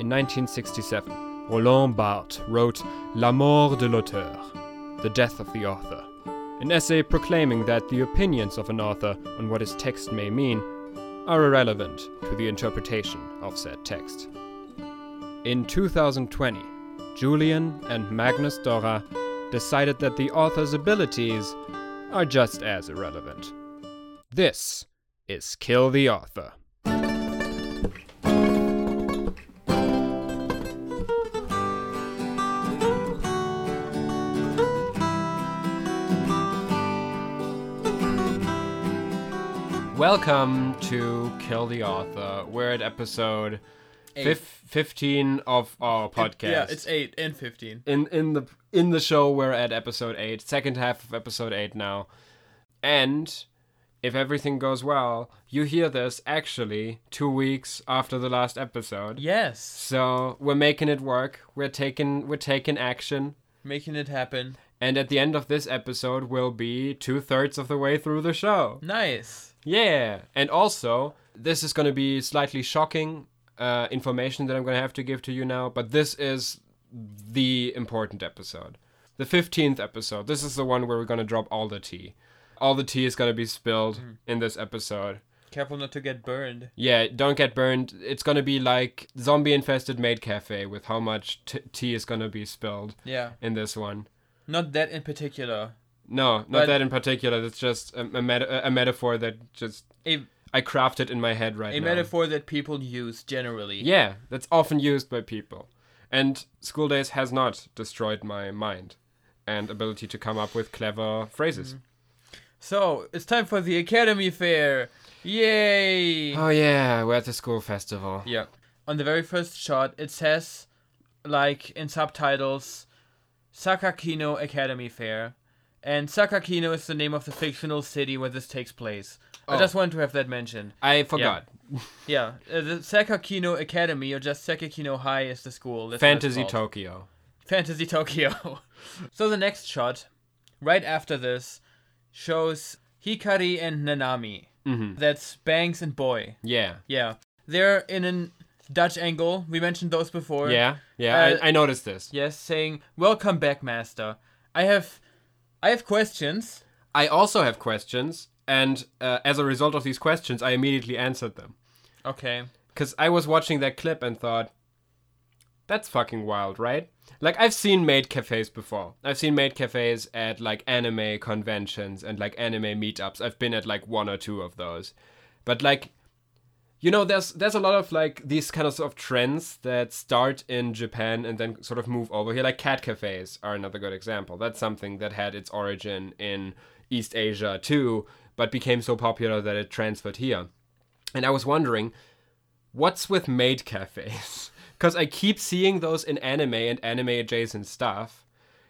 in 1967, Roland Barthes wrote La Mort de l'Auteur, The Death of the Author, an essay proclaiming that the opinions of an author on what his text may mean are irrelevant to the interpretation of said text. In 2020, Julian and Magnus Dora decided that the author's abilities are just as irrelevant. This is Kill the Author. Welcome to Kill the Author. We're at episode fif- 15 of our podcast. Yeah, it's eight and fifteen. in in the in the show we're at episode 8 second half of episode 8 now and if everything goes well you hear this actually 2 weeks after the last episode Yes, so we're making it work we're taking we're taking action making it happen. and at the end of this episode will be two thirds of the way through the show Nice. yeah and also this is going to be slightly shocking uh, information that i'm going to have to give to you now but this is the important episode. The 15th episode. This is the one where we're going to drop all the tea. All the tea is going to be spilled Mm-hmm. in this episode. Careful not to get burned. Yeah, don't get burned. It's going to be like zombie infested maid cafe with how much t- tea is going to be spilled Yeah, in this one. not that in particular. No, not But- that in particular. That's just a, a, meta- a metaphor that just A I crafted in my head right a now. metaphor that people use generally. Yeah, that's often used by people. And school days has not destroyed my mind and ability to come up with clever phrases. So it's time for the Academy Fair. Yay! Oh yeah, we're at the school festival. yeah. On the very first shot, it says, like in subtitles, Sakakino Academy Fair. And Sakakino is the name of the fictional city where this takes place. I Oh. just wanted to have that mentioned. I forgot. Yeah, uh, the Sekakino Academy or just Sekakino High is the school. That's what it's Fantasy called. Tokyo. Fantasy Tokyo. so the next shot, right after this, shows Hikari and Nanami. hmm That's Banks and Boy. Yeah. Yeah, they're in an Dutch angle. We mentioned those before. Yeah. Yeah. Uh, I, I noticed this. Yes, saying "Welcome back, Master." I have, I have questions. I also have questions, and uh, as a result of these questions, I immediately answered them Okay. because I was watching that clip and thought, "That's fucking wild, right?" Like I've seen maid cafes before. I've seen maid cafes at like anime conventions and like anime meetups. I've been at like one or two of those, but like you know there's there's a lot of like these kind of sort of trends that start in Japan and then sort of move over here like cat cafes are another good example that's something that had its origin in East Asia too but became so popular that it transferred here and i was wondering what's with maid cafes cuz i keep seeing those in anime and anime adjacent stuff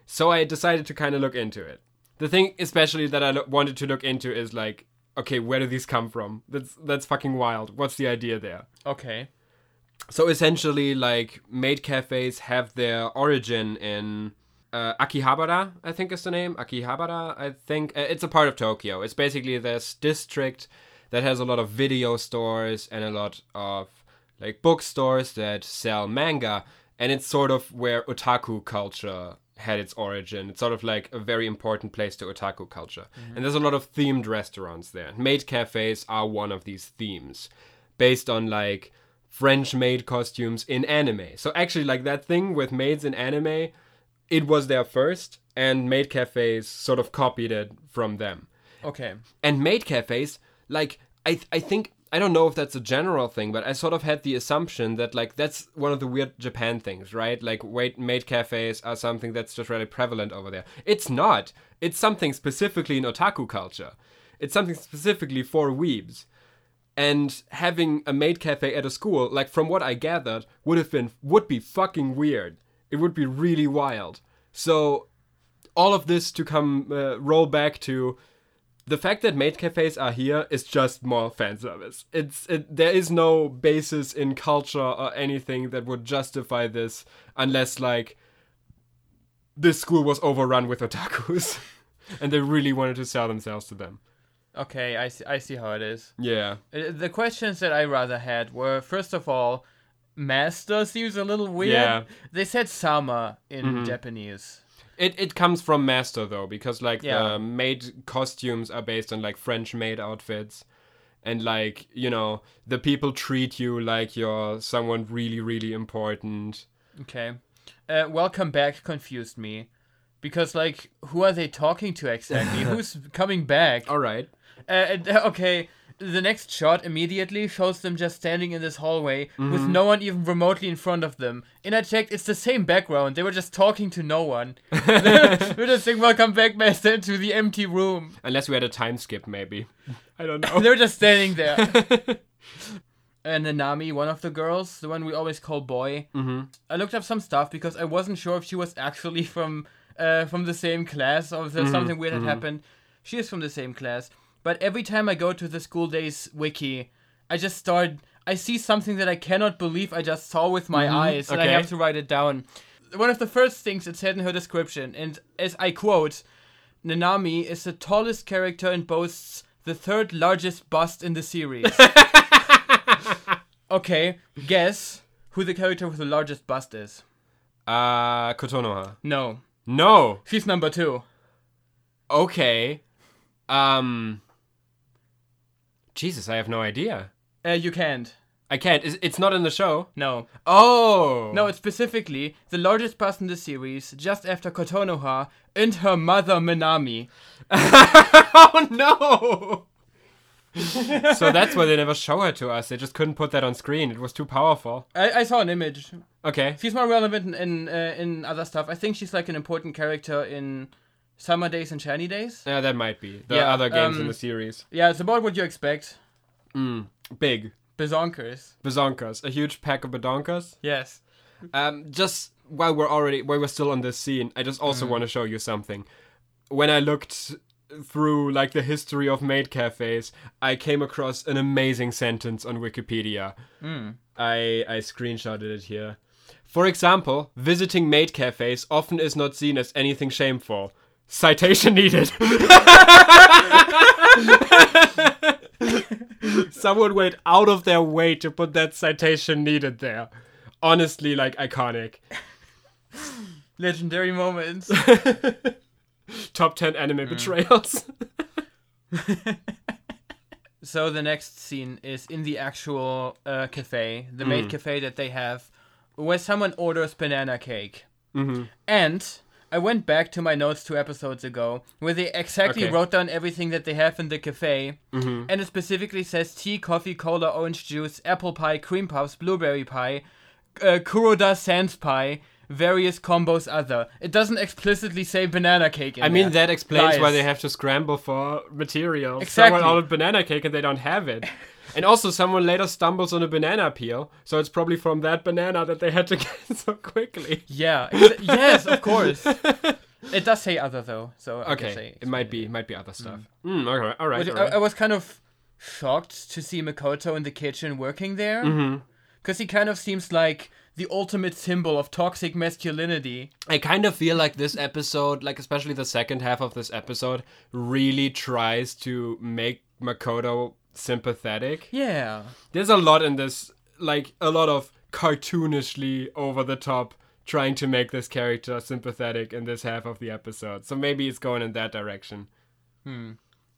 so i decided to kind of look into it the thing especially that i lo- wanted to look into is like okay where do these come from that's that's fucking wild what's the idea there Okay. so essentially like maid cafes have their origin in uh, akihabara i think is the name akihabara i think Uh, it's a part of tokyo it's basically this district that has a lot of video stores and a lot of like bookstores that sell manga and it's sort of where otaku culture had its origin it's sort of like a very important place to otaku culture and there's a lot of themed restaurants there maid cafes are one of these themes based on like French maid costumes in anime. So actually, like that thing with maids in anime, it was there first, and maid cafes sort of copied it from them. Okay. And maid cafes, like I, th- I think I don't know if that's a general thing, but I sort of had the assumption that like that's one of the weird Japan things, right? Like wait, maid cafes are something that's just really prevalent over there. It's not. It's something specifically in otaku culture. It's something specifically for weebs and having a maid cafe at a school, like from what I gathered, would have been would be fucking weird. It would be really wild. So, all of this to come uh, roll back to the fact that maid cafes are here is just more fan service. It's it, there is no basis in culture or anything that would justify this unless like this school was overrun with otakus and they really wanted to sell themselves to them. Okay. I see. I see how it is. Yeah. Uh, The questions that I rather had were first of all, master seems a little weird. Yeah. They said sama in Japanese. It it comes from master though, because like Yeah. the maid costumes are based on like French maid outfits, and like you know the people treat you like you're someone really really important. Okay. Uh, welcome back confused me. Because, like, who are they talking to exactly? Who's coming back? All right. Uh, and- okay, the next shot immediately shows them just standing in this hallway with no one even remotely in front of them. And I checked, it's the same background. They were just talking to no one. they were just saying, Welcome back, Master, to the empty room. Unless we had a time skip, maybe. I don't They know. were just standing there. and Nanami, one of the girls, the one we always call boy, mm-hmm. I looked up some stuff because I wasn't sure if she was actually from uh, from the same class or if there's something weird had happened. She is from the same class, but every time I go to the school days wiki, I just start. I see something that I cannot believe I just saw with my eyes, and Okay. I have to write it down. One of the first things it said in her description, and as I quote, Nanami is the tallest character and boasts the third largest bust in the series. okay, guess who the character with the largest bust is. Uh, Kotonoha. No. No. She's number two. Okay. Um. Jesus, I have no idea. Uh, you can't. I can't. It's, it's not in the show. No. Oh. No, it's specifically the largest bust in the series, just after Kotonoha and her mother Minami. oh no. so that's why they never show her to us. They just couldn't put that on screen. It was too powerful. I, I saw an image. Okay. She's more relevant in in, uh, in other stuff. I think she's like an important character in Summer Days and Shiny Days. Yeah, that might be the Yeah, other games in um, the series. Yeah, it's about what you expect. Big Bizonkers. bazonkas, a huge pack of badonkas. Yes. Um, just while we're already while we're still on this scene, I just also want to show you something. When I looked through like the history of maid cafes, I came across an amazing sentence on Wikipedia. I I screenshotted it here. For example, visiting maid cafes often is not seen as anything shameful. Citation needed. Someone went out of their way to put that citation needed there. Honestly, like iconic. Legendary moments. Top 10 anime betrayals. So the next scene is in the actual uh, cafe, the Mm. maid cafe that they have, where someone orders banana cake. Mm-hmm. And I went back to my notes two episodes ago, where they exactly Okay. Mm-hmm. wrote down everything that they have in the cafe, and it specifically says tea, coffee, cola, orange juice, apple pie, cream puffs, blueberry pie, uh, Kuroda sans pie, various combos other. It doesn't explicitly say banana cake. In I mean, there. that explains why Lies. they have to scramble for material. Exactly. Someone ordered banana cake and they don't have it. and also, someone later stumbles on a banana peel, so it's probably from that banana that they had to get so quickly. Yeah. exa- yes, of course. It does say other though, so I can Okay, say it might be, it might be other stuff. Mm. okay, all right, But all I, right. I was kind of shocked to see Makoto in the kitchen working there, Mm-hmm. because he kind of seems like the ultimate symbol of toxic masculinity. I kind of feel like this episode, like especially the second half of this episode, really tries to make Makoto sympathetic. Yeah. There's a lot in this, like a lot of cartoonishly over the top trying to make this character sympathetic in this half of the episode. So maybe it's going in that direction.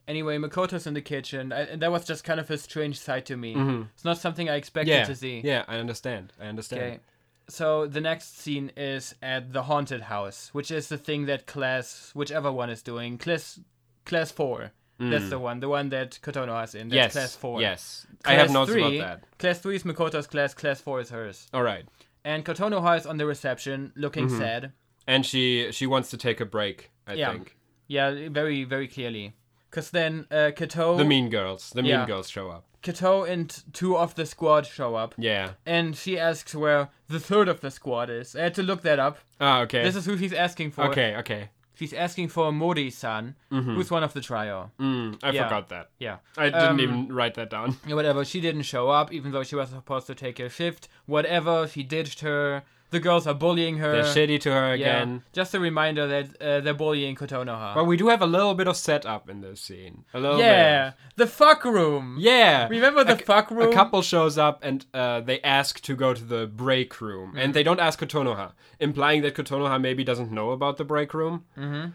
Anyway, Makoto's in the kitchen, I, and that was just kind of a strange sight to me. It's not something I expected Mm-hmm. Yeah. to see. Yeah, I understand. I understand. Okay. So the next scene is at the haunted house, which is the thing that class, whichever one is doing, class, class four. That's the one, the one that Kotono has in. That's Mm. Yes. class four. Yes. I have Class notes three, about that. Class three is Makoto's class. Class four is hers. All right. And Kotonoha is on the reception, looking Mm-hmm. sad. And she she wants to take a break, I Yeah. think. Yeah, very, very clearly. Because then uh, Kato, The mean girls. The mean Yeah. girls show up. Kato and two of the squad show up. Yeah. And she asks where the third of the squad is. I had to look that up. Ah, okay. This is who she's asking for. okay, okay. She's asking for Mori-san, Mm-hmm. who's one of the trio. Mm, I Yeah. forgot that. Yeah. I didn't Um, even write that down. Yeah, whatever. She didn't show up, even though she was supposed to take her shift. Whatever. She ditched her. The girls are bullying her. They're shitty to her Yeah. again. Just a reminder that uh, they're bullying Kotonoha. But we do have a little bit of setup in this scene. A little yeah, bit. the fuck room. Yeah. Remember the A c- fuck room? A couple shows up and uh, they ask to go to the break room, Mm-hmm. and they don't ask Kotonoha, implying that Kotonoha maybe doesn't know about the break room. Mm-hmm.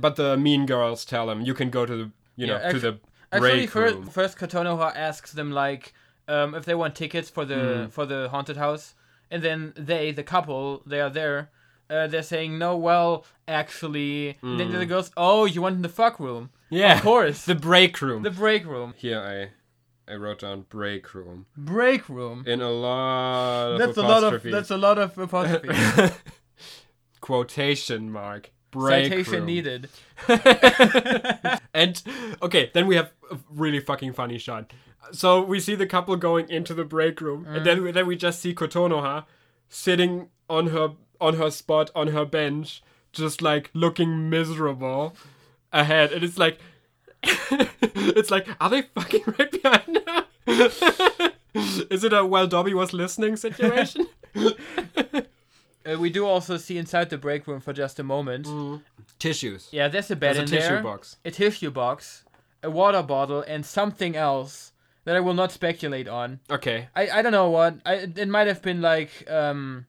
but the mean girls tell him you can go to the you know Yeah, to actu- the Actually, break first, room. first Kotonoha asks them like um, if they want tickets for the Hmm. for the haunted house, and then they, the couple, they are there. Uh, they're saying no. Well, actually, and Hmm. then the girls. Oh, you want in the fuck room? Yeah, of course. the break room. The break room. Here I, I wrote down break room Break room. in a lot of That's a lot of apostrophes. that's a lot of apostrophes. quotation mark. Break Citation room. needed. and okay, then we have a really fucking funny shot. So we see the couple going into the break room, and then we, then we just see Kotonoha sitting on her on her spot on her bench, just like looking miserable ahead, and it's like. it's like, are they fucking right behind her? Is it a while Dobby was listening situation? Uh, we do also see inside the break room for just a moment. Tissues. Yeah, there's a bed Hmm. There's a in tissue there, box. a tissue box, a water bottle, and something else that I will not speculate on. Okay. I, I don't know what. I it might have been like um,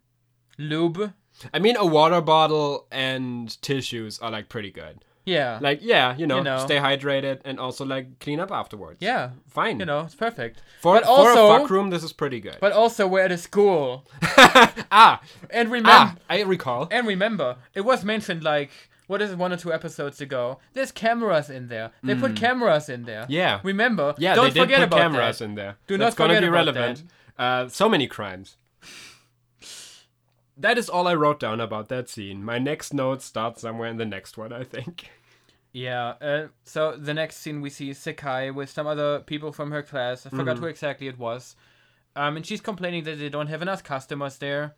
lube. I mean, a water bottle and tissues are like pretty good. Yeah, Like, yeah, you know, You know. stay hydrated and also like clean up afterwards. yeah. Fine. You know, it's perfect. for, but for also- a fuck room, this is pretty good. But also, we're at a school, ah, and remember, ah, I recall. and remember, it was mentioned like what is it, one or two episodes ago. There's cameras in there. They put cameras in there. Hmm. Yeah. Remember? Yeah, Don't they did forget put about cameras that. in there. Do That's not gonna forget be about relevant. Uh, so many crimes. That is all I wrote down about that scene. My next note starts somewhere in the next one, I think. Yeah. Uh, so the next scene we see is Sekai with some other people from her class. I Mm. forgot who exactly it was. Um, and she's complaining that they don't have enough customers there.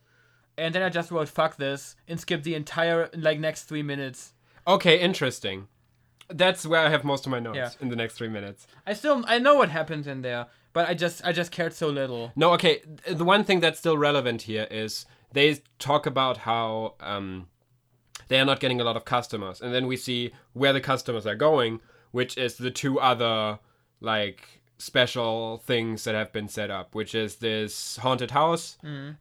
And then I just wrote "fuck this" and skipped the entire like next three minutes. Okay, interesting. That's where I have most of my notes Yeah. in the next three minutes. I still I know what happens in there, but I just I just cared so little. No, okay. th- The one thing that's still relevant here is they talk about how um, they are not getting a lot of customers, and then we see where the customers are going, which is the two other like special things that have been set up, which is this haunted house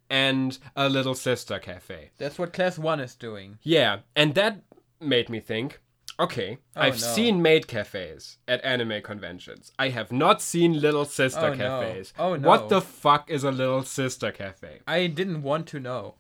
and a little sister cafe. That's what class one is doing. Yeah, and that made me think. Okay, I've Oh, no. seen maid cafes at anime conventions. I have not seen little sister Oh, no. cafes. Oh, no. What the fuck is a little sister cafe? I didn't want to know.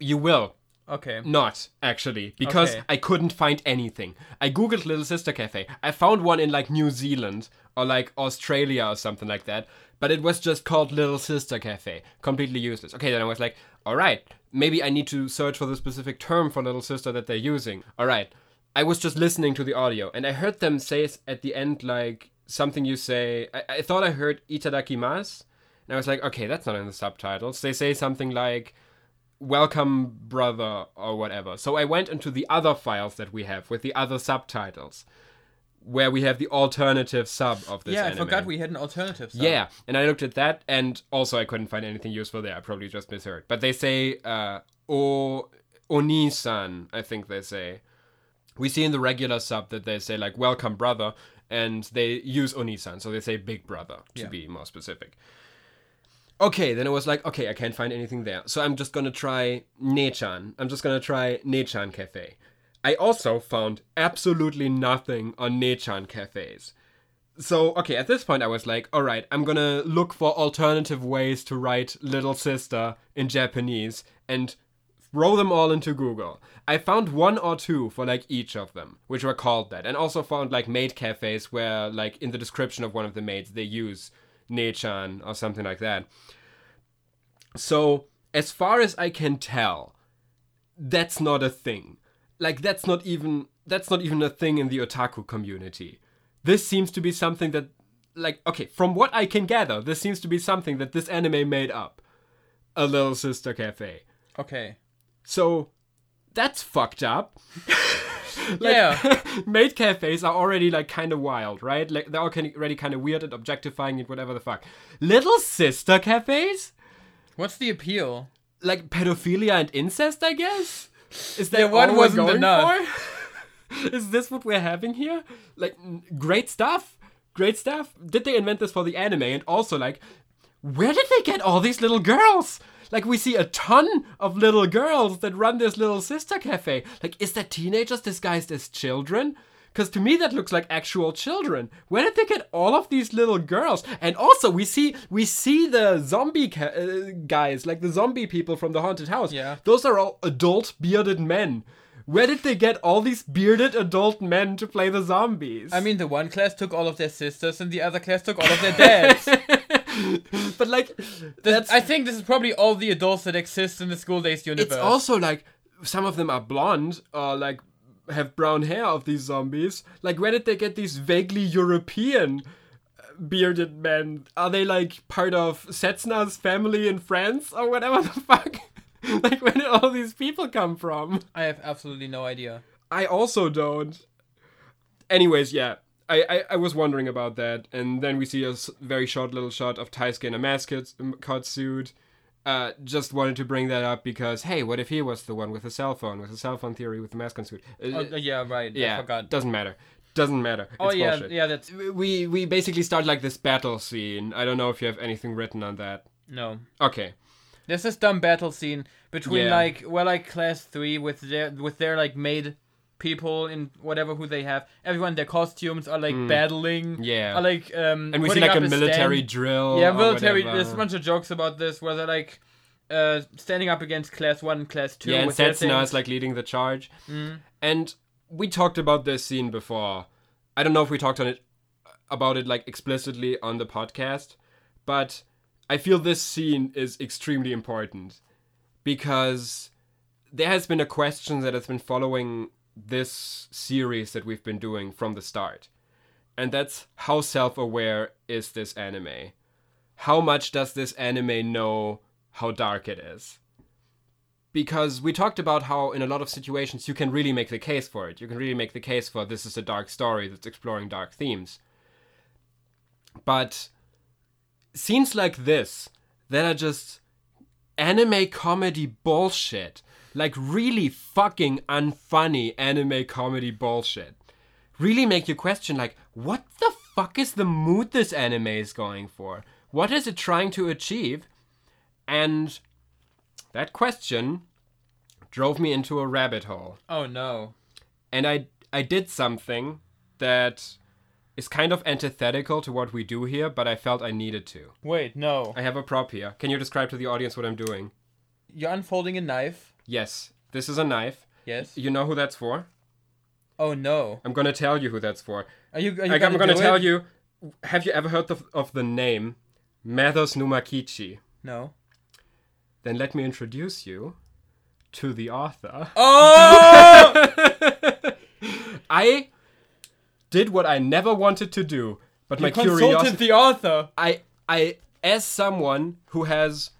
You will Okay. not actually because Okay. I couldn't find anything. I googled Little Sister Cafe. I found one in like New Zealand or like Australia or something like that, but it was just called Little Sister Cafe. Completely useless. Okay, then I was like, all right, maybe I need to search for the specific term for little sister that they're using. All right. I was just listening to the audio and I heard them say s- at the end like something you say. I, I thought I heard itadakimasu. And I was like, okay, that's not in the subtitles. They say something like, welcome brother or whatever. So I went into the other files that we have with the other subtitles, where we have the alternative sub of this. Yeah, I anime. forgot we had an alternative. Song. Yeah, and I looked at that, and also I couldn't find anything useful there. I probably just misheard. But they say uh, "o oni-san," I think they say. We see in the regular sub that they say like "welcome brother," and they use "oni-san," so they say "big brother" to Yeah. be more specific. Okay, then it was like, okay, I can't find anything there, so I'm just gonna try Nechan. I'm just gonna try Nechan Cafe. I also found absolutely nothing on Nechan cafes so okay at this point i was like all right i'm gonna look for alternative ways to write little sister in japanese and throw them all into google i found one or two for like each of them which were called that and also found like maid cafes where like in the description of one of the maids they use nechan or something like that so as far as i can tell that's not a thing like that's not even that's not even a thing in the otaku community this seems to be something that like okay from what i can gather this seems to be something that this anime made up a little sister cafe Okay. so that's fucked up Like, Yeah. maid cafes are already like kind of wild right like they're already kind of weird and objectifying and whatever the fuck little sister cafes What's the appeal? like pedophilia and incest, I guess. Is that Yeah, one all we're wasn't going enough. for? Is this what we're having here? Like, n- great stuff, great stuff. Did they invent this for the anime? And also, like, where did they get all these little girls? Like, we see a ton of little girls that run this little sister cafe. Like, is that teenagers disguised as children? Because to me, that looks like actual children. Where did they get all of these little girls? And also, we see we see the zombie ca- uh, guys, like the zombie people from the haunted house. Yeah. Those are all adult bearded men. Where did they get all these bearded adult men to play the zombies? I mean, the one class took all of their sisters, and the other class took all of their dads. but like, that's I think this is probably all the adults that exist in the school days universe. It's also like some of them are blonde or like have brown hair of these zombies. Like, where did they get these vaguely European uh, bearded men? Are they like part of Setzna's family in France or whatever the fuck? like, where did all these people come from? I have absolutely no idea. I also don't. Anyways, yeah. I, I, I was wondering about that, and then we see a s- very short little shot of Taisuke in a mascot cod suit. Uh, just wanted to bring that up because hey, what if he was the one with the cell phone, with the cell phone theory, with the mascot suit? Uh, Oh, yeah, right. I yeah, forgot. doesn't matter, doesn't matter. Oh it's yeah, bullshit. yeah. That's We we basically start like this battle scene. I don't know if you have anything written on that. no. Okay, There's this dumb battle scene between Yeah. like well like class three with their with their like maid people in whatever who they have. Everyone their costumes are like battling. Yeah. Are like um and we see putting like up a military stand. drill. yeah, or military whatever. there's a bunch of jokes about this where they're like uh standing up against class one and class two Yeah, and with their Setsuna things. Mm. is like leading the charge. And we talked about this scene before. I don't know if we talked on it about it like explicitly on the podcast, but I feel this scene is extremely important because there has been a question that has been following this series that we've been doing from the start. And that's how self-aware is this anime? How much does this anime know how dark it is? because we talked about how in a lot of situations you can really make the case for it. You can really make the case for this is a dark story that's exploring dark themes. But scenes like this that are just anime comedy bullshit, like really fucking unfunny anime comedy bullshit, really make you question like what the fuck is the mood this anime is going for? What is it trying to achieve? And that question drove me into a rabbit hole. Oh no. And I I did something that is kind of antithetical to what we do here, but I felt I needed to. Wait, no. I have a prop here. Can you describe to the audience what I'm doing? You're unfolding a knife. Yes, this is a knife. Yes. You know who that's for? Oh no. I'm going to tell you who that's for. Are you? Are you Like, I'm going to do tell it? you have you ever heard of, of the name Mathers Numakichi? No. Then let me introduce you to the author. Oh! I did what I never wanted to do, but my you consulted curiosity. the author. I, I, as someone who has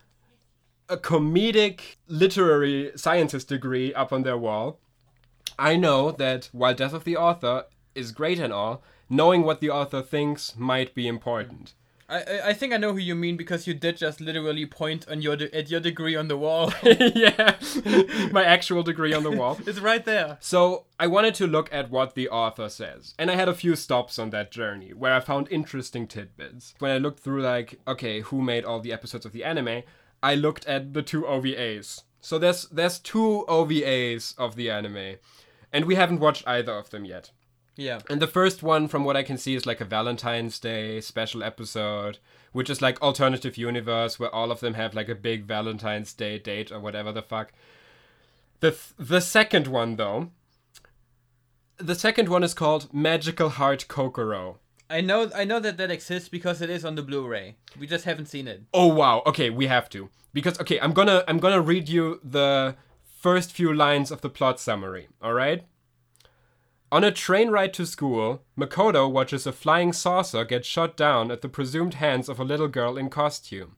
a comedic literary sciences degree up on their wall, I know that while Death of the Author is great and all, knowing what the author thinks might be important. I, I I think I know who you mean because you did just literally point on your de- at your degree on the wall. yeah, my actual degree on the wall. it's right there. So I wanted to look at what the author says, and I had a few stops on that journey where I found interesting tidbits. When I looked through, like, okay, who made all the episodes of the anime, I looked at the two OVAs. So there's there's two OVAs of the anime, and we haven't watched either of them yet. Yeah. And the first one, from what I can see, is like a Valentine's Day special episode, which is like alternative universe where all of them have like a big Valentine's Day date or whatever the fuck. The th- the second one though, the second one is called Magical Heart Kokoro. I know I know that that exists because it is on the Blu-ray. We just haven't seen it. Oh wow. Okay, we have to because okay, I'm gonna I'm gonna read you the first few lines of the plot summary. All right. On a train ride to school, Makoto watches a flying saucer get shot down at the presumed hands of a little girl in costume.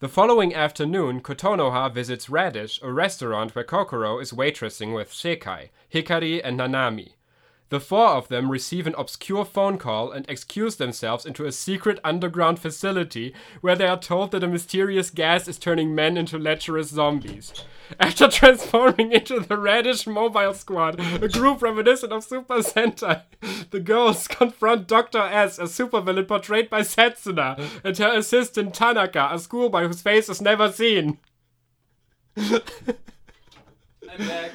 The following afternoon, Kotonoha visits Radish, a restaurant where Kokoro is waitressing with Sekai, Hikari, and Nanami. The four of them receive an obscure phone call and excuse themselves into a secret underground facility where they are told that a mysterious gas is turning men into lecherous zombies. After transforming into the Radish Mobile Squad, a group reminiscent of Super Sentai, the girls confront Dr. S, a supervillain portrayed by Setsuna, and her assistant Tanaka, a schoolboy whose face is never seen. I'm back.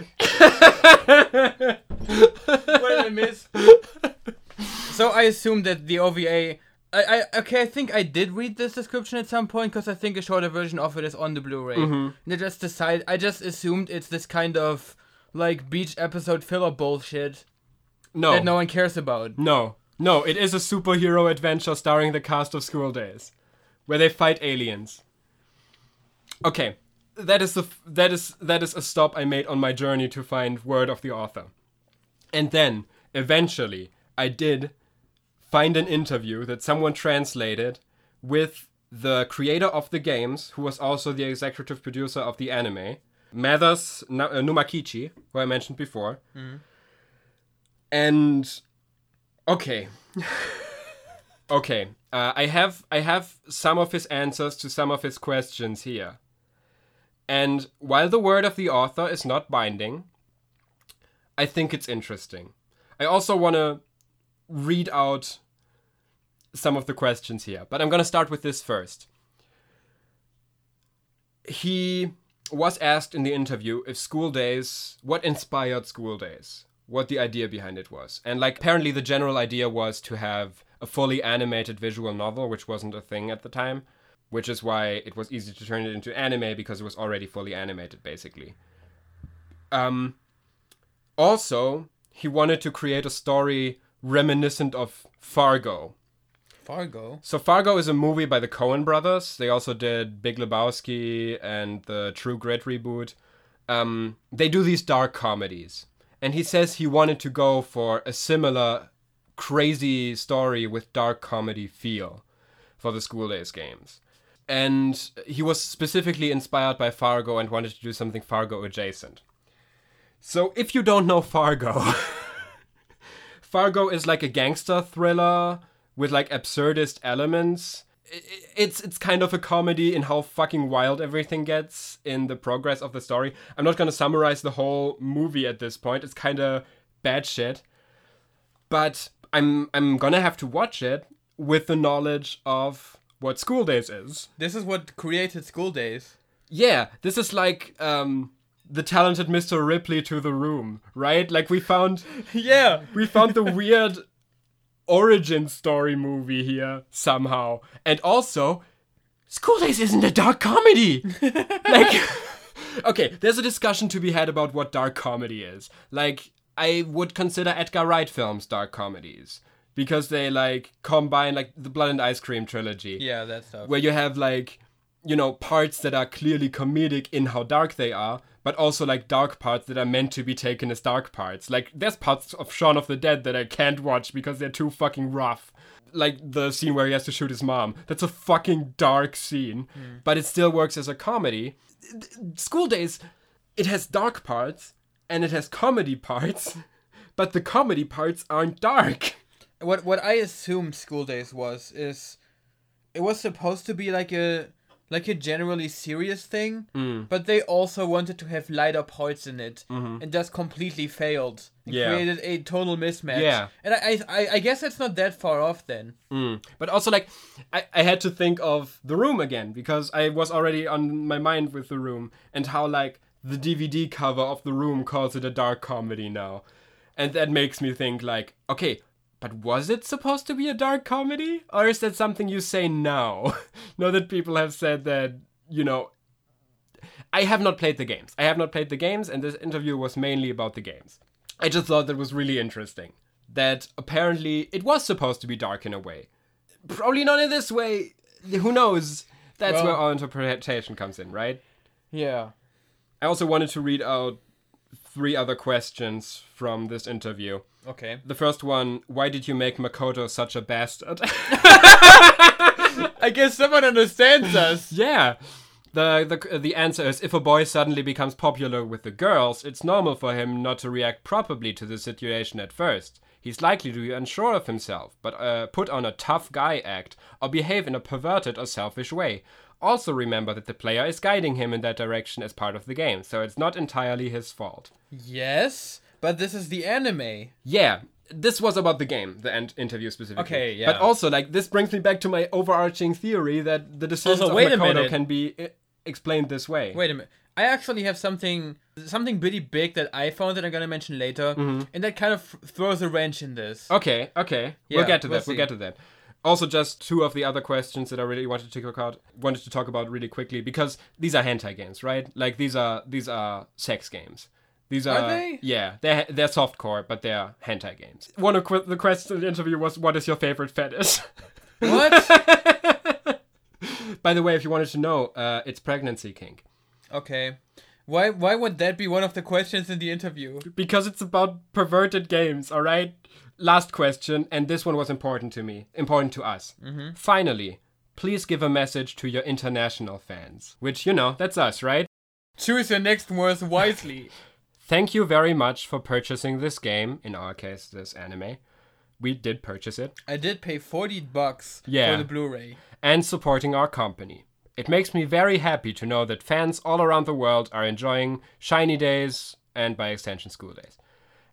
what did I miss? So I assume that the OVA. I, I okay. I think I did read this description at some point because I think a shorter version of it is on the Blu-ray. And I just decided. I just assumed it's this kind of like beach episode filler bullshit No. that no one cares about. No, no, it is a superhero adventure starring the cast of School Days, where they fight aliens. Okay, that is the f- that is that is a stop I made on my journey to find word of the author, and then eventually I did find an interview that someone translated with the creator of the games, who was also the executive producer of the anime, Mathers Na- uh, Numakichi, who I mentioned before, and okay okay uh, i have i have some of his answers to some of his questions here and while the word of the author is not binding i think it's interesting i also want to read out some of the questions here but i'm going to start with this first he was asked in the interview if school days what inspired school days what the idea behind it was and like apparently the general idea was to have a fully animated visual novel which wasn't a thing at the time which is why it was easy to turn it into anime because it was already fully animated basically um also he wanted to create a story reminiscent of fargo Fargo. so Fargo is a movie by the Coen brothers. They also did Big Lebowski and the True Grit reboot. Um, they do these dark comedies, and he says he wanted to go for a similar crazy story with dark comedy feel for the School Days games. And he was specifically inspired by Fargo and wanted to do something Fargo adjacent. So if you don't know Fargo, Fargo is like a gangster thriller with like absurdist elements. I- i- It's it's kind of a comedy in how fucking wild everything gets in the progress of the story. I'm not gonna summarize the whole movie at this point. It's kind of bad shit, but I'm I'm gonna have to watch it with the knowledge of what School Days is. This is what created School Days. Yeah, this is like um, the talented Mr. Ripley to the room, right? Like we found yeah. we found the weird origin story movie here somehow. And also, School Days isn't a dark comedy. like, okay, there's a discussion to be had about what dark comedy is. Like, I would consider Edgar Wright films dark comedies because they like combine like the Blood and Ice Cream trilogy Yeah, that stuff. where you have like you know parts that are clearly comedic in how dark they are but also like dark parts that are meant to be taken as dark parts like there's parts of Shaun of the Dead that I can't watch because they're too fucking rough like the scene where he has to shoot his mom that's a fucking dark scene but it still works as a comedy school days it has dark parts and it has comedy parts but the comedy parts aren't dark what what I assumed school days was is it was supposed to be like a like a generally serious thing, but they also wanted to have lighter parts in it, and just completely failed. And Yeah. created a total mismatch. Yeah. and I, I I guess it's not that far off then. Mm. But also, like, I, I had to think of The Room again because I was already on my mind with The Room and how, like, the DVD cover of The Room calls it a dark comedy now. And that makes me think, like, okay, but was it supposed to be a dark comedy? Or is that something you say now? now that people have said that, you know, I have not played the games. I have not played the games, and this interview was mainly about the games. I just thought that was really interesting. That apparently it was supposed to be dark in a way. Probably not in this way. Who knows? That's Well- where our interpretation comes in, right? Yeah, I also wanted to read out three other questions from this interview. okay. The first one Why did you make Makoto such a bastard? I guess someone understands us. Yeah. The, the the answer is if a boy suddenly becomes popular with the girls, it's normal for him not to react properly to the situation at first. He's likely to be unsure of himself, but uh, put on a tough guy act, or behave in a perverted or selfish way. Also, remember that the player is guiding him in that direction as part of the game, so it's not entirely his fault. Yes, but this is the anime. Yeah, this was about the game, the end interview specifically. Okay, yeah. But also, like, this brings me back to my overarching theory that the decisions Also, of wait a Makoto minute. can be uh, explained this way. Wait a minute. I actually have something something pretty big that I found that I'm gonna mention later, and that kind of throws a wrench in this. Okay, okay. Yeah, we'll get to we'll that. We'll see. get to that. Also, just two of the other questions that I really wanted to talk about, wanted to talk about really quickly because these are hentai games, right? Like these are these are sex games. These are, Are they? yeah, they're they're softcore, but they're hentai games. One of qu- the questions in the interview was, "What is your favorite fetish?" What? By the way, if you wanted to know, uh, it's pregnancy kink okay. Why why would that be one of the questions in the interview? because it's about perverted games. All right. Last question, and this one was important to me, important to us. Finally, please give a message to your international fans, which you know that's us, right? Choose your next words wisely. Thank you very much for purchasing this game. In our case, this anime. We did purchase it. I did pay forty bucks Yeah. for the Blu-ray. and supporting our company. It makes me very happy to know that fans all around the world are enjoying shiny days and by extension school days.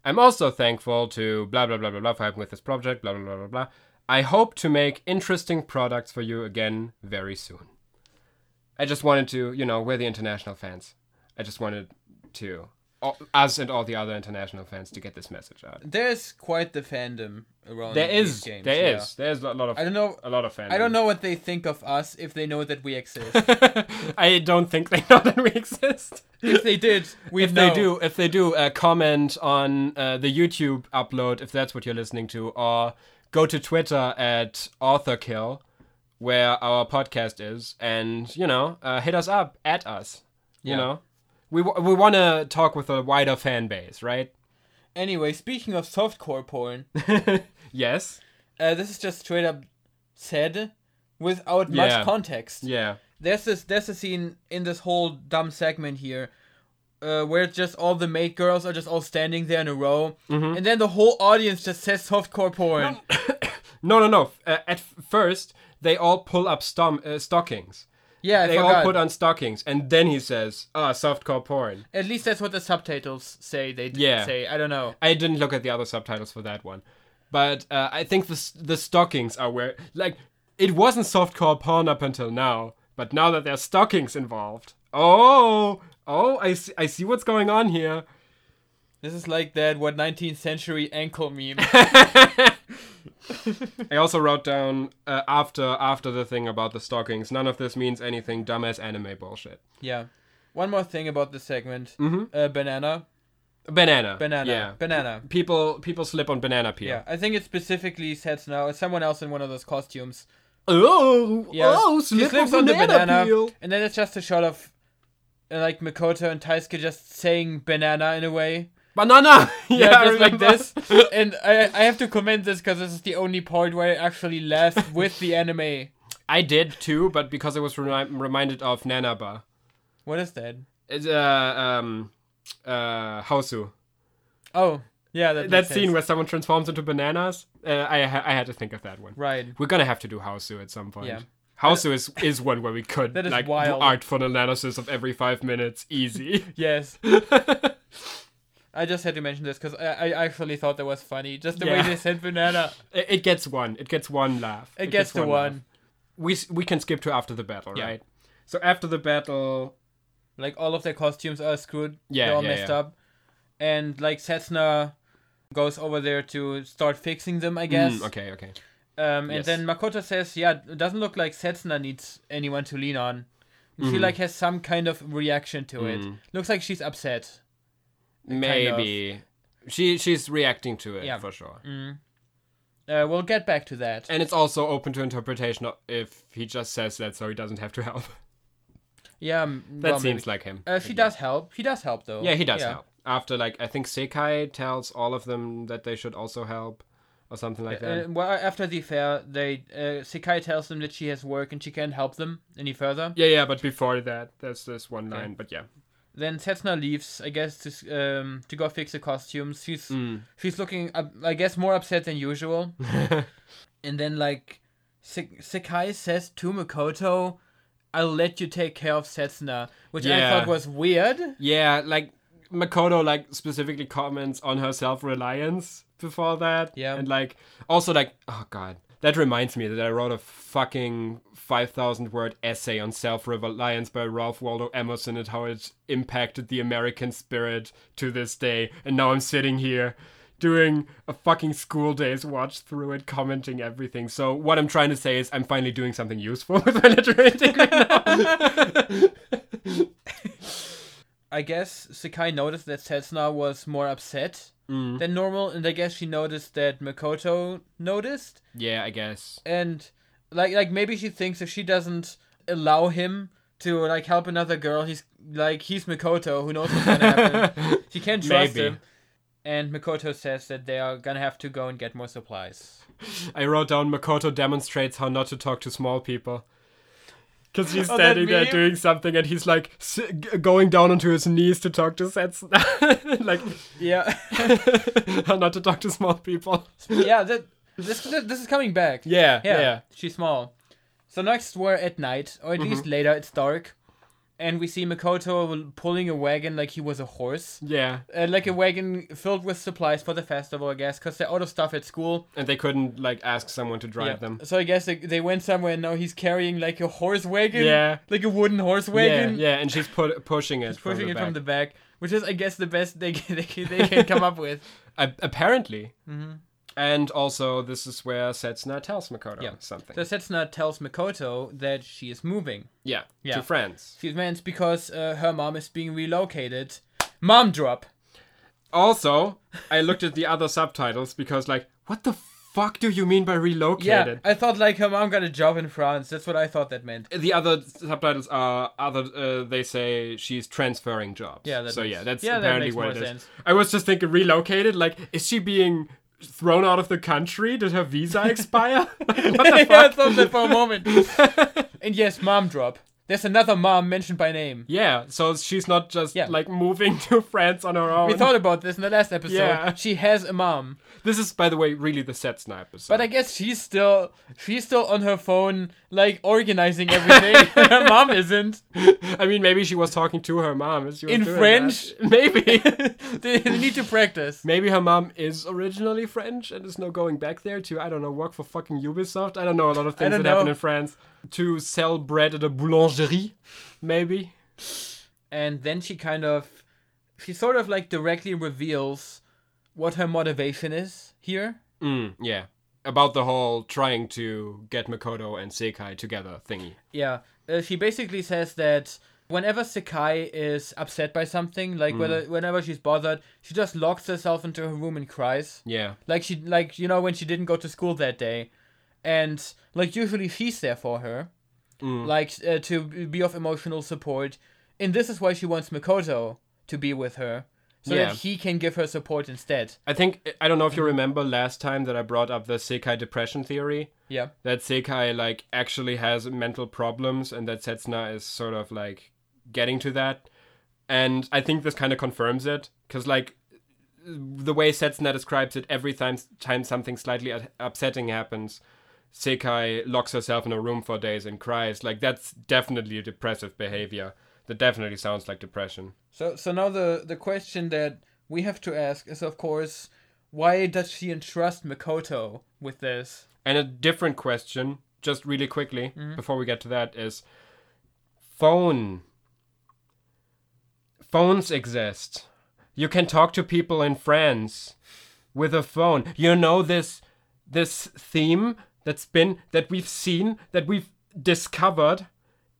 I'm also thankful to blah blah blah blah blah for helping with this project, blah blah blah blah blah. I hope to make interesting products for you again very soon. I just wanted to, you know, we're the international fans. I just wanted to all, us and all the other international fans to get this message out. There's quite the fandom around. There these is, there is, games, yeah. there's a lot of, I don't know. a lot of fans. I don't know what they think of us if they know that we exist. I don't think they know that we exist. if they did, we If know. they do, if they do, uh, comment on uh, the YouTube upload if that's what you're listening to, or go to Twitter at AuthorKill, where our podcast is, and you know, uh, hit us up at us. You Yeah. know, we w- we want to talk with a wider fan base, right? Anyway, speaking of softcore porn, yes. uh, this is just straight up said without much Yeah. context. Yeah. There's this there's a scene in this whole dumb segment here uh, where just all the maid girls are just all standing there in a row, Mm-hmm. and then the whole audience just says softcore porn. No, no, no. Uh, at f- first, they all pull up stom- uh, stockings. yeah, I They forgot. all put on stockings, and then he says, "Ah, softcore porn." At least that's what the subtitles say. They d- Yeah. say I don't know. I didn't look at the other subtitles for that one, but uh, I think the s- the stockings are where like it wasn't softcore porn up until now, but now that there's stockings involved, oh, oh, I see, I see what's going on here. This is like that what 19th century ankle meme. I also wrote down uh, after after the thing about the stockings. None of this means anything. Dumbass anime bullshit. yeah. One more thing about this segment. Uh, banana, Banana. banana, Mm-hmm. Yeah. banana. People people slip on banana peel. Yeah, I think it specifically says now it's someone else in one of those costumes. Oh, Yeah, oh, he slip slips on banana, peel. and then it's just a shot of uh, like Makoto and Taisuke just saying banana in a way. Banana. yeah, I just like remember. this. and I, I have to comment this because this is the only part where I actually laughed with the anime. I did too, but because I was remi- reminded of Nanaba. What is that? It's, uh, um, uh, Hosu. Oh, yeah, that, That makes scene sense. where someone transforms into bananas. Uh, I ha- I had to think of that one. right. We're gonna have to do Hosu at some point. Yeah. Hosu is, is one where we could That is like do wild. artful analysis of every five minutes, easy. Yes. I just had to mention this because I, I actually thought that was funny. Just the way Yeah. they said banana. it, it gets one. It gets one laugh. It, gets, to laugh. one. We s- we can skip to after the battle, Yeah. right? So after the battle, Like all of their costumes are screwed. Yeah, They're all yeah, messed yeah. up. And like Setsuna goes over there to start fixing them, I guess. Mm, okay, okay. Um, and Yes. then Makoto says, "Yeah, it doesn't look like Setsuna needs anyone to lean on. And Mm-hmm. She like has some kind of reaction to Mm. it. Looks like she's upset. of. Maybe she she's reacting to it Yeah. for sure, Mm. Uh, we'll get back to that. and it's also open to interpretation of- if he just says that so he doesn't have to help. yeah, m- That well, seems maybe. like him. Uh, she does help. She does help though. Yeah, he does help. After like I think Sekai tells all of them that they should also help or something like that. Uh, well, after the affair, they uh, Sekai tells them that she has work and she can't help them any further. yeah, yeah, but before that, there's this one line. But yeah, Then Setsuna leaves, I guess, to s- um, to go fix the costumes. She's she's looking, up, I guess, more upset than usual. and then like Sek- Sekai says to Makoto, "I'll let you take care of Setsuna," which I Yeah. thought was weird. yeah, like Makoto like specifically comments on her self reliance before that. Yeah. And like also like oh god. That reminds me that I wrote a fucking five thousand word essay on self reliance by Ralph Waldo Emerson and how it impacted the American spirit to this day. And now I'm sitting here doing a fucking school days watch through it, commenting everything. So what I'm trying to say is I'm finally doing something useful with my literary degree now. I guess Sekai noticed that Setsuna was more upset than normal, and I guess she noticed that Makoto noticed, yeah, I guess. and like like maybe she thinks if she doesn't allow him to like help another girl, he's like he's Makoto who knows what's gonna happen. she can't trust Maybe. him. And Makoto says that they are gonna have to go and get more supplies. I wrote down Makoto demonstrates how not to talk to small people. Because she's Oh, that standing there meme? doing something and he's like s- g- going down onto his knees to talk to Setsuna. like, Yeah, how not to talk to small people. yeah. That this this is coming back. Yeah, Yeah, she's small. So next we're at night, or at Mm-hmm. least later. It's dark, and we see Makoto pulling a wagon like he was a horse, Yeah. uh, like a wagon filled with supplies for the festival, I guess, because they're out of stuff at school. And they couldn't, like, ask someone to drive Yeah. them. So I guess they, they went somewhere, and now he's carrying like a horse wagon, Yeah. like a wooden horse Yeah, wagon, yeah, and she's put, pushing it. pushing from it the from back. the back, which is, I guess, the best they can, they can, they can come up with. A- apparently. Mm-hmm. And also, this is where Setsuna tells Makoto Yeah. something. So Setsuna tells Makoto that she is moving. yeah, Yeah. to France. She meant because uh, her mom is being relocated. Mom drop. Also, I looked at the other subtitles because, like, what the fuck do you mean by relocated? Yeah, I thought like her mom got a job in France. That's what I thought that meant. the other subtitles are other. Uh, they say she's transferring jobs. Yeah, that so makes- yeah, that's yeah, that apparently makes what more it is. sense. I was just thinking relocated. Like, is she being thrown out of the country? Did her visa expire? what the I fuck? thought that for a moment. and yes, mom drop. There's another mom mentioned by name. Yeah, so she's not just Yeah. like moving to France on her We own. thought about this in the last episode. Yeah. She has a mom, this is, by the way, really the Setsuna episode. but I guess she's still she's still on her phone, like organizing everything. her mom isn't. I mean, maybe she was talking to her mom as she was In doing French? that. Maybe. they they need to practice. Maybe her mom is originally French and is now going back there to, I don't know, work for fucking Ubisoft. I don't know a lot of things don't that happen know. in France. To sell bread at a boulangerie, maybe. And then she kind of, she sort of like directly reveals what her motivation is here. Mm, yeah. About the whole trying to get Makoto and Sekai together thingy. Yeah, uh, she basically says that whenever Sakai is upset by something, like whether whenever she's bothered, she just locks herself into her room and cries. Yeah. Like she, like you know, when she didn't go to school that day, and like usually she's there for her, like uh, to be of emotional support. And this is why she wants Makoto to be with her, so Yeah. that he can give her support instead. I think, I don't know if you remember last time that I brought up the Sekai depression theory. Yeah, That Sekai, like, actually has mental problems and that Setsuna is sort of, like, getting to that. And I think this kind of confirms it. Because, like, the way Setsuna describes it, every time time something slightly u- upsetting happens, Sekai locks herself in a room for days and cries. Like that's definitely a depressive behavior. That definitely sounds like depression. So so now the the question that we have to ask is of course why does she entrust Makoto with this? And a different question, just really quickly before we get to that, is phone. Phones exist. You can talk to people in France with a phone. You know this this theme that's been that we've seen that we've discovered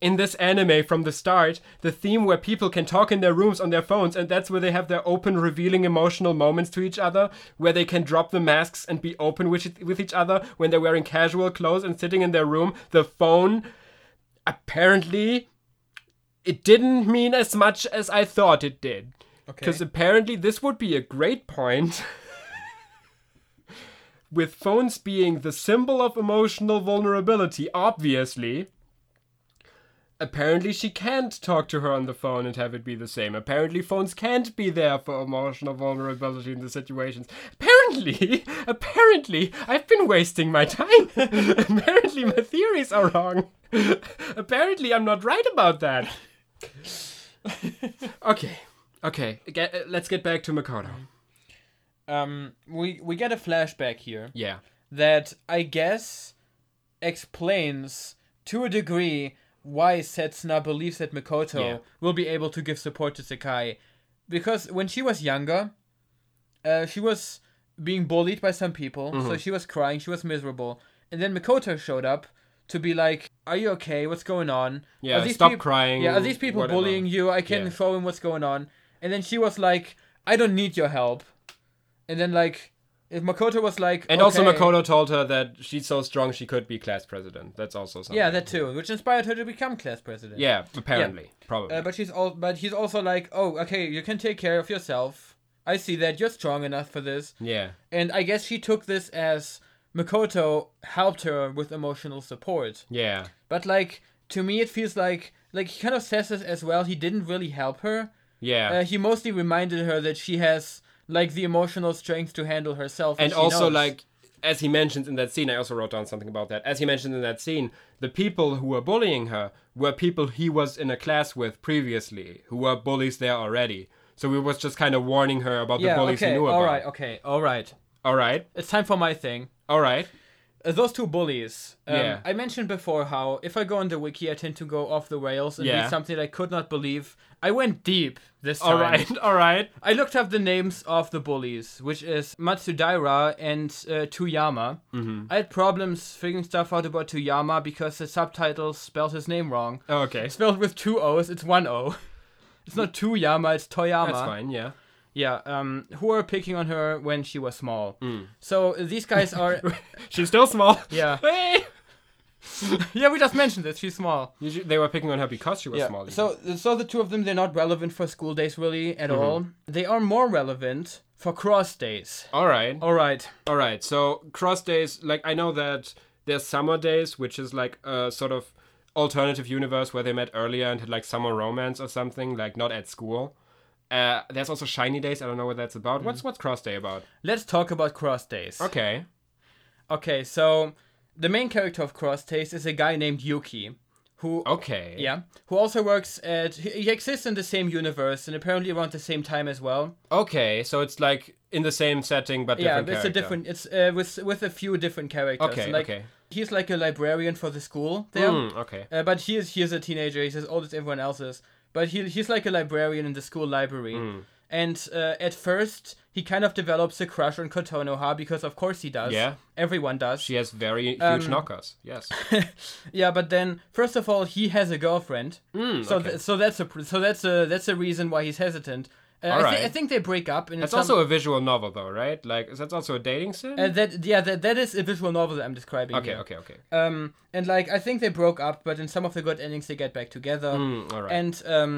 in this anime from the start the theme where people can talk in their rooms on their phones and that's where they have their open revealing emotional moments to each other where they can drop the masks and be open with, with each other when they're wearing casual clothes and sitting in their room the phone apparently it didn't mean as much as i thought it did Okay. because apparently this would be a great point with phones being the symbol of emotional vulnerability obviously apparently she can't talk to her on the phone and have it be the same. Apparently phones can't be there for emotional vulnerability in the situations. Apparently, apparently I've been wasting my time. apparently my theories are wrong. apparently I'm not right about that. okay. Okay, get, uh, let's get back to Makoto. Mm-hmm. Um, we we get a flashback here Yeah. that I guess explains to a degree why Setsuna believes that Mikoto Yeah. will be able to give support to Sakai, because when she was younger, uh, she was being bullied by some people, Mm-hmm. so she was crying, she was miserable, and then Mikoto showed up to be like, "Are you okay? What's going on? Yeah, Are these stop peop- crying, Yeah, are these people whatever." bullying you? I can Yeah. show him what's going on." And then she was like, "I don't need your help." And then like, if Makoto was like, And also "Okay." Makoto told her that she's so strong she could be class president. That's also something. Yeah, that too, which inspired her to become class president. Yeah, apparently. Probably. Uh, but she's all. But he's also like, oh, okay, you can take care of yourself. I see that you're strong enough for this. yeah. And I guess she took this as Makoto helped her with emotional support. Yeah. But like to me, it feels like like he kind of says this as well. He didn't really help her. Yeah. Uh, he mostly reminded her that she has like the emotional strength to handle herself. and she also knows. like as he mentions in that scene i also wrote down something about that as he mentioned in that scene the people who were bullying her were people he was in a class with previously who were bullies there already so he was just kind of warning her about yeah, the bullies okay, he knew about all right, okay, all right. all right It's time for my thing. all right Uh, those two bullies. Um, Yeah. I mentioned before how if I go on the wiki, I tend to go off the rails and Yeah. read something that I could not believe. I went deep this time. all right all right I looked up the names of the bullies, which is Matsudaira and uh, Tuyama. Mm-hmm. I had problems figuring stuff out about Tuyama because the subtitles spelled his name wrong. okay It's spelled with two O's, it's one O. It's not Tuyama, it's Toyama. that's fine yeah Yeah, um, who were picking on her when she was small. Mm. So uh, these guys are. she's still small yeah. Hey! Yeah, we just mentioned this. She's small. You should- they were picking on her because she was small even. So, so the two of them, they're not relevant for school days really at Mm-hmm. all. They are more relevant for cross days. all right All right. All right, so cross days, like I know that there's summer days, which is like a sort of alternative universe where they met earlier and had like summer romance or something, like not at school. Uh, there's also shiny days. I don't know what that's about. Mm. What's what's cross day about? Let's talk about cross days. Okay. Okay, so the main character of cross days is a guy named Yuki, who Okay. yeah, who also works at he, he exists in the same universe and apparently around the same time as well. Okay, so it's like in the same setting but yeah, different it's character. a different it's uh, with with a few different characters. Okay, like, okay. He's like a librarian for the school there. Mm, okay. Uh, but he is he is a teenager. He's as old as everyone else is. But he he's like a librarian in the school library. Mm. And uh, at first, he kind of develops a crush on Kotonoha because, of course, he does. Yeah. everyone does. She has very huge Um, knockers. Yes. yeah, but then, first of all, he has a girlfriend. so Mm, Hmm, okay. th- so that's a pr- so that's a that's a reason why he's hesitant. Uh, I, Alright. thi- I think they break up. And That's also a visual novel though, right? Like that's also a dating sim? uh, that yeah that, that is a visual novel that I'm describing. okay, here. okay, okay. Um, and like I think they broke up, but in some of the good endings they get back together. Mm, all right. And um,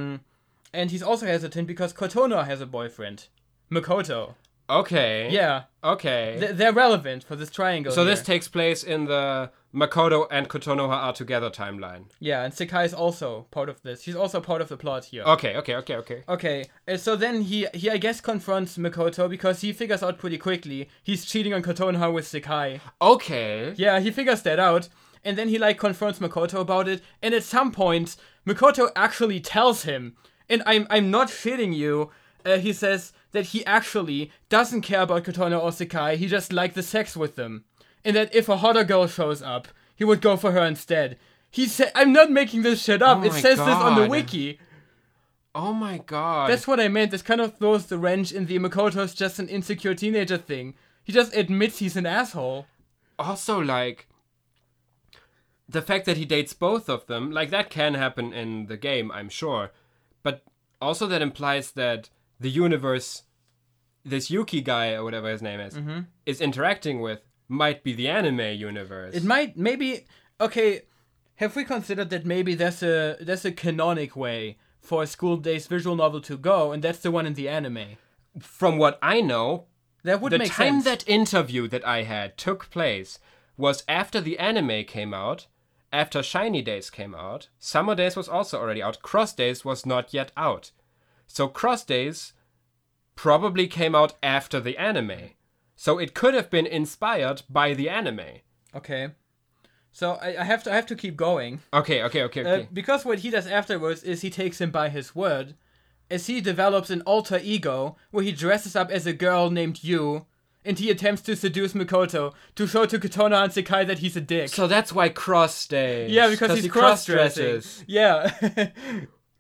and he's also hesitant because Kotono has a boyfriend, Makoto. okay. Yeah, Okay. th- they're relevant for this triangle. So this here. takes place in the Makoto and Kotonoha are together timeline. yeah, and Sakai is also part of this. She's also part of the plot here. Okay, okay, okay, okay. Okay, uh, so then he he I guess confronts Makoto because he figures out pretty quickly he's cheating on Kotonoha with Sakai. Okay. Yeah, he figures that out, and then he like confronts Makoto about it. And at some point, Makoto actually tells him, and I'm I'm not shitting you. Uh, he says that he actually doesn't care about Katana or Sakai. He just liked the sex with them, and that if a hotter girl shows up, he would go for her instead. He said, "I'm not making this shit up. Oh it my says this on the God. wiki. Oh my god. That's what I meant. This kind of throws the wrench in the Makoto's just an insecure teenager thing. He just admits he's an asshole. also like the fact that he dates both of them, like that can happen in the game, I'm sure. But also that implies that the universe this Yuki guy or whatever his name is Mm-hmm. is interacting with might be the anime universe. It might maybe okay. Have we considered that maybe there's a there's a canonic way for a school day's visual novel to go, and that's the one in the anime. From what I know, That would the make time sense. that interview that I had took place was after the anime came out, After Shiny Days came out, Summer Days was also already out. Cross Days was not yet out. So Cross Days probably came out after the anime. So it could have been inspired by the anime. Okay. So I, I have to I have to keep going. Okay, okay, okay, Uh, okay. because what he does afterwards is he takes him by his word, as he develops an alter ego where he dresses up as a girl named Yu, and he attempts to seduce Mikoto to show to Katona and Sekai that he's a dick. so that's why Cross Days. yeah, because he's he cross dressing. cross-dresses. Yeah.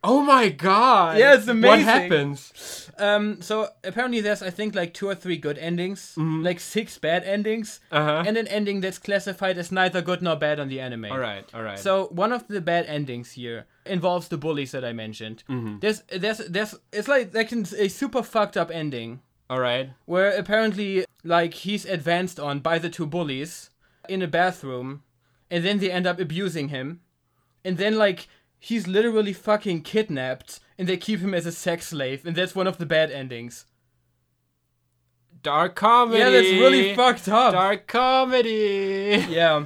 Oh my god. Yeah, it's What amazing. happens? um. So apparently there's I think like two or three good endings, like six bad endings, Mm-hmm. Uh-huh. and an ending that's classified as neither good nor bad on the anime. All right, all right. So one of the bad endings here involves the bullies that I mentioned. Mm-hmm. There's there's there's it's like like an- a super fucked up ending all right. where apparently like he's advanced on by the two bullies in a bathroom, and then they end up abusing him, and then like he's literally fucking kidnapped, and they keep him as a sex slave, and that's one of the bad endings. Dark comedy. Yeah, that's really fucked up. Dark comedy. Yeah.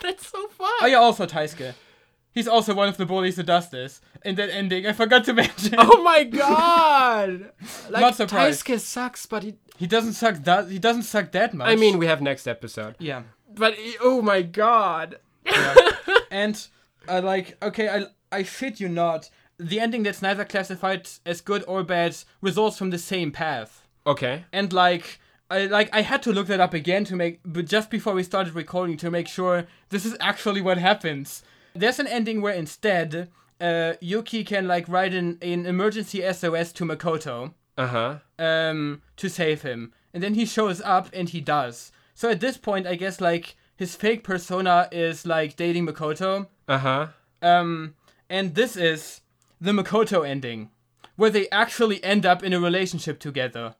That's so Oh fun. yeah, also Taisuke. He's also one of the bullies that does this. In that ending, I forgot to mention. Oh my god! Like, Not surprised. Taisuke sucks, but he. He doesn't suck that. He doesn't suck that much. I mean, we have next episode. yeah. But he- oh my god! And I like. Okay, I I shit you not. The ending that's neither classified as good or bad results from the same path. Okay. And like, I like I had to look that up again to make, but just before we started recording to make sure this is actually what happens. There's an ending where instead, uh, Yuki can like write an, an emergency SOS to Makoto. Uh huh. um, to save him. And then he shows up and he does. So at this point, I guess like his fake persona is like dating Makoto. Uh huh. Um, and this is the Makoto ending, where they actually end up in a relationship together.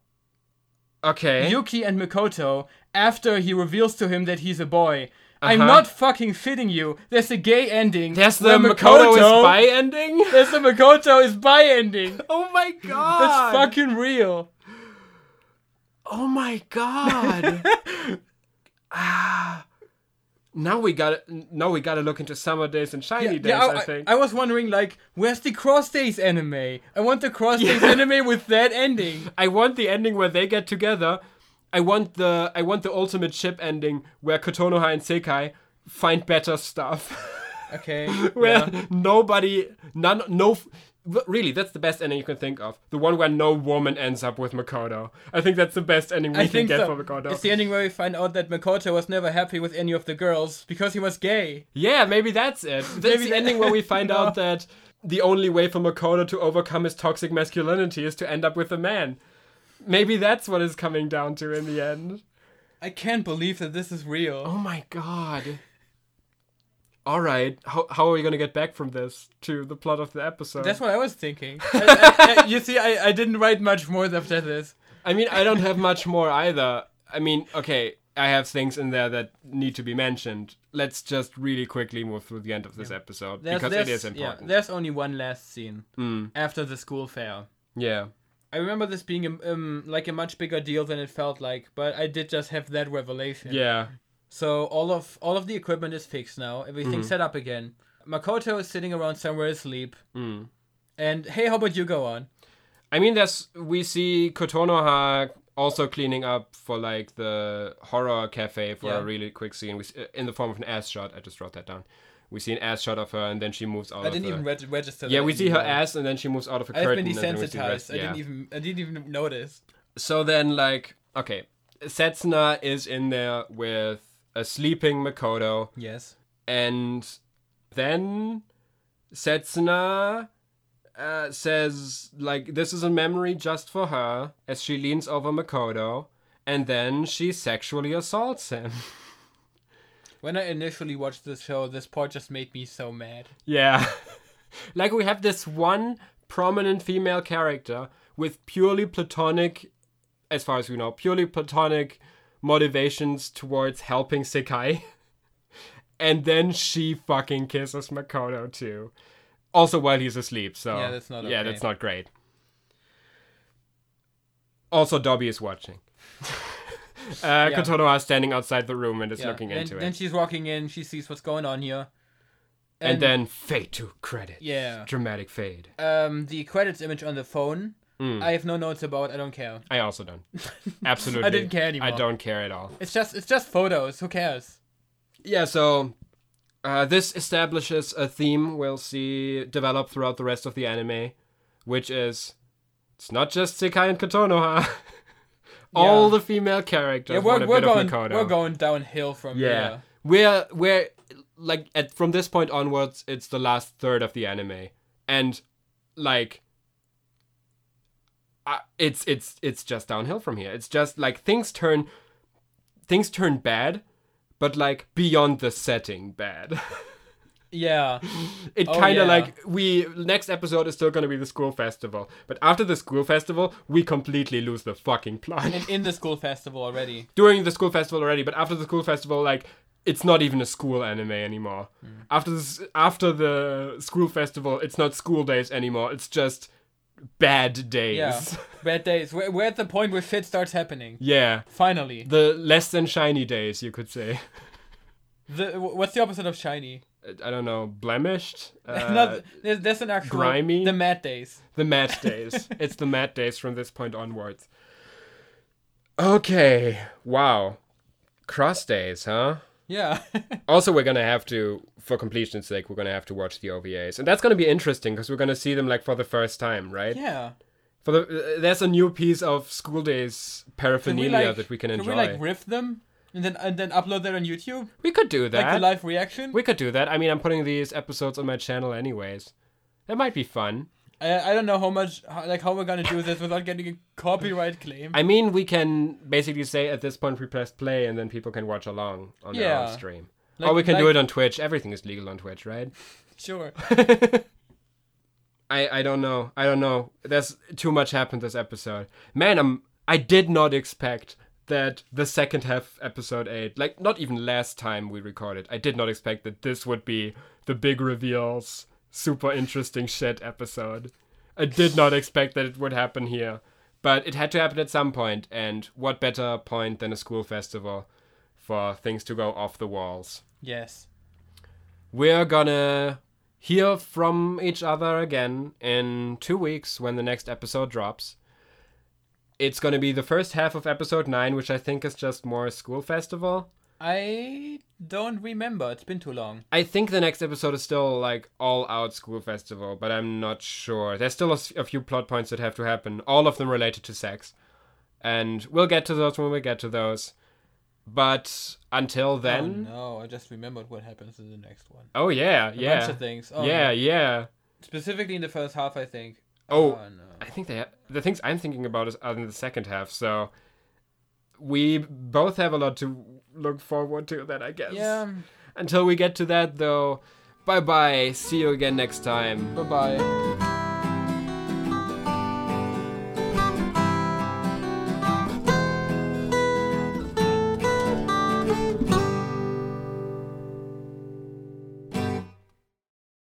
Okay. Yuki and Makoto, after he reveals to him that he's a boy. I'm Uh-huh. not fucking shitting you. There's a gay ending. There's the where Makoto is bi ending. There's the Makoto is bi ending. Oh my god! That's fucking real. Oh my god! ah. Now we gotta now we gotta look into summer days and shiny days. Yeah, I, think. I was wondering, like, where's the Cross Days anime? I want the Cross Days anime with that ending. I want the ending where they get together. I want the I want the ultimate ship ending where Kotonoha and Sekai find better stuff. Okay. where nobody none no f- really that's the best ending you can think of. The one where no woman ends up with Makoto. I think that's the best ending we I can think get so. for Makoto. It's the ending where we find out that Makoto was never happy with any of the girls because he was gay. Yeah, maybe that's it. That's Maybe the that- ending where we find No. out that the only way for Makoto to overcome his toxic masculinity is to end up with a man. Maybe that's what it's coming down to in the end. I can't believe that this is real. Oh my god. All right, how, how are we gonna get back from this to the plot of the episode? That's what I was thinking. I- I- I- you see, I, I didn't write much more after this. I mean, I don't have much more either. I mean, okay, I have things in there that need to be mentioned. Let's just really quickly move through the end of this episode There's, because there's, it is yeah, important. Hmm. Yeah. there's only one last scene after the school fair. I remember this being um, um, like a much bigger deal than it felt like, but I did just have that revelation. Yeah. So all of all of the equipment is fixed now. Everything's Hmm. set up again. Makoto is sitting around somewhere asleep. And hey, how about you go on? Mm. I mean, there's we see Kotonoha also cleaning up for like the horror cafe for Yeah. a really quick scene we, s- uh, in the form of an ass shot. I just wrote that down. We see an ass shot of her, and then she moves out. I of didn't the- even reg- register. Oh, Yeah, that we see her anymore. ass, and then she moves out of a I've curtain. been and then we see the rest- desensitized. I yeah. didn't even I didn't even notice. So then, like, okay, Setsuna is in there with a sleeping Makoto, Yes. and then Setsuna uh, says, like, this is a memory just for her as she leans over Makoto, and then she sexually assaults him. When I initially watched this show, this part just made me so mad. yeah. like, we have this one prominent female character with purely platonic, as far as we know, purely platonic motivations towards helping Sekai. and then she fucking kisses Makoto too. Also while he's asleep, so Yeah, that's not yeah, okay. that's not great. Also, Dobby is watching. uh, Kotonoha is standing outside the room and is looking and into then it. she's walking in. She sees what's going on here, and, And- then fade to credits. Yeah. Dramatic fade. Um, the credits image on the phone. Hmm. I have no notes about. I don't care. I also don't. Absolutely. I didn't care anymore. I don't care at all. It's just it's just photos. Who cares? Yeah, so uh, this establishes a theme we'll see develop throughout the rest of the anime, which is it's not just Sekai and Kotonoha. all Yeah. the female characters Yeah, want we're, a we're bit going of Mikoto. we're going downhill from Yeah. here. We're we're like at from this point onwards, it's the last third of the anime, and like. I it's it's it's just downhill from here. It's just like things turn, things turn bad, but like beyond the setting bad. Yeah. it Oh, kind of yeah. like we next episode is still gonna be the school festival, but after the school festival, we completely lose the fucking plot. And in the school festival already. during the school festival already, but after the school festival, like it's not even a school anime anymore. After this, after the school festival, it's not school days anymore. It's just bad days. Yeah. Bad days. We're, we're at the point where shit starts happening. Yeah. Finally. the less than shiny days, you could say. The wh- what's the opposite of shiny? I don't know, blemished. Uh, Not, there's, there's an actual grimy? the mad days. The matte days. it's the matte days from this point onwards. Okay. Wow. Cross days, huh? Yeah. Also, we're gonna have to, for completion's sake, we're gonna have to watch the OVAs, and that's gonna be interesting because we're gonna see them like for the first time, right? yeah. For the uh, there's a new piece of school days paraphernalia that we can enjoy. we like riff them and then and then upload that on YouTube? We could do Like the that. live reaction? we could do that. I mean, I'm putting these episodes on my channel anyways. That might be fun. I, I don't know how much how, like how we're gonna do this without getting a copyright claim. I mean, we can basically say at this point we press play, and then people can watch along on their Yeah. own stream. Like- or we can do like- it on Twitch. Everything is legal on Twitch, right? Sure. I I don't know. I don't know. There's too much happened this episode. Man, I'm I did not expect that the second half episode 8, like not even last time we recorded. I did not expect that this would be the big reveals, super interesting shit episode. I did not expect that it would happen here, but it had to happen at some point and what better point than a school festival for things to go off the walls Yes. we're gonna hear from each other again in two weeks when the next episode drops. It's gonna be the first half of episode nine, which I think is just more a school festival. I don't remember. It's been too long. I think the next episode is still like all out school festival, but I'm not sure. There's still a, s- a few plot points that have to happen, all of them related to sex. And we'll get to those when we get to those. But until then. Oh, no, I just remembered what happens in the next one. Oh, yeah, A bunch yeah. of things. Oh, yeah, no. yeah. Specifically in the first half, I think. Oh, no. I think they the things I'm thinking about is are in the second half. So we both have a lot to look forward to. That I guess. Yeah. Until we get to that, though. Bye bye. See you again next time. Bye bye.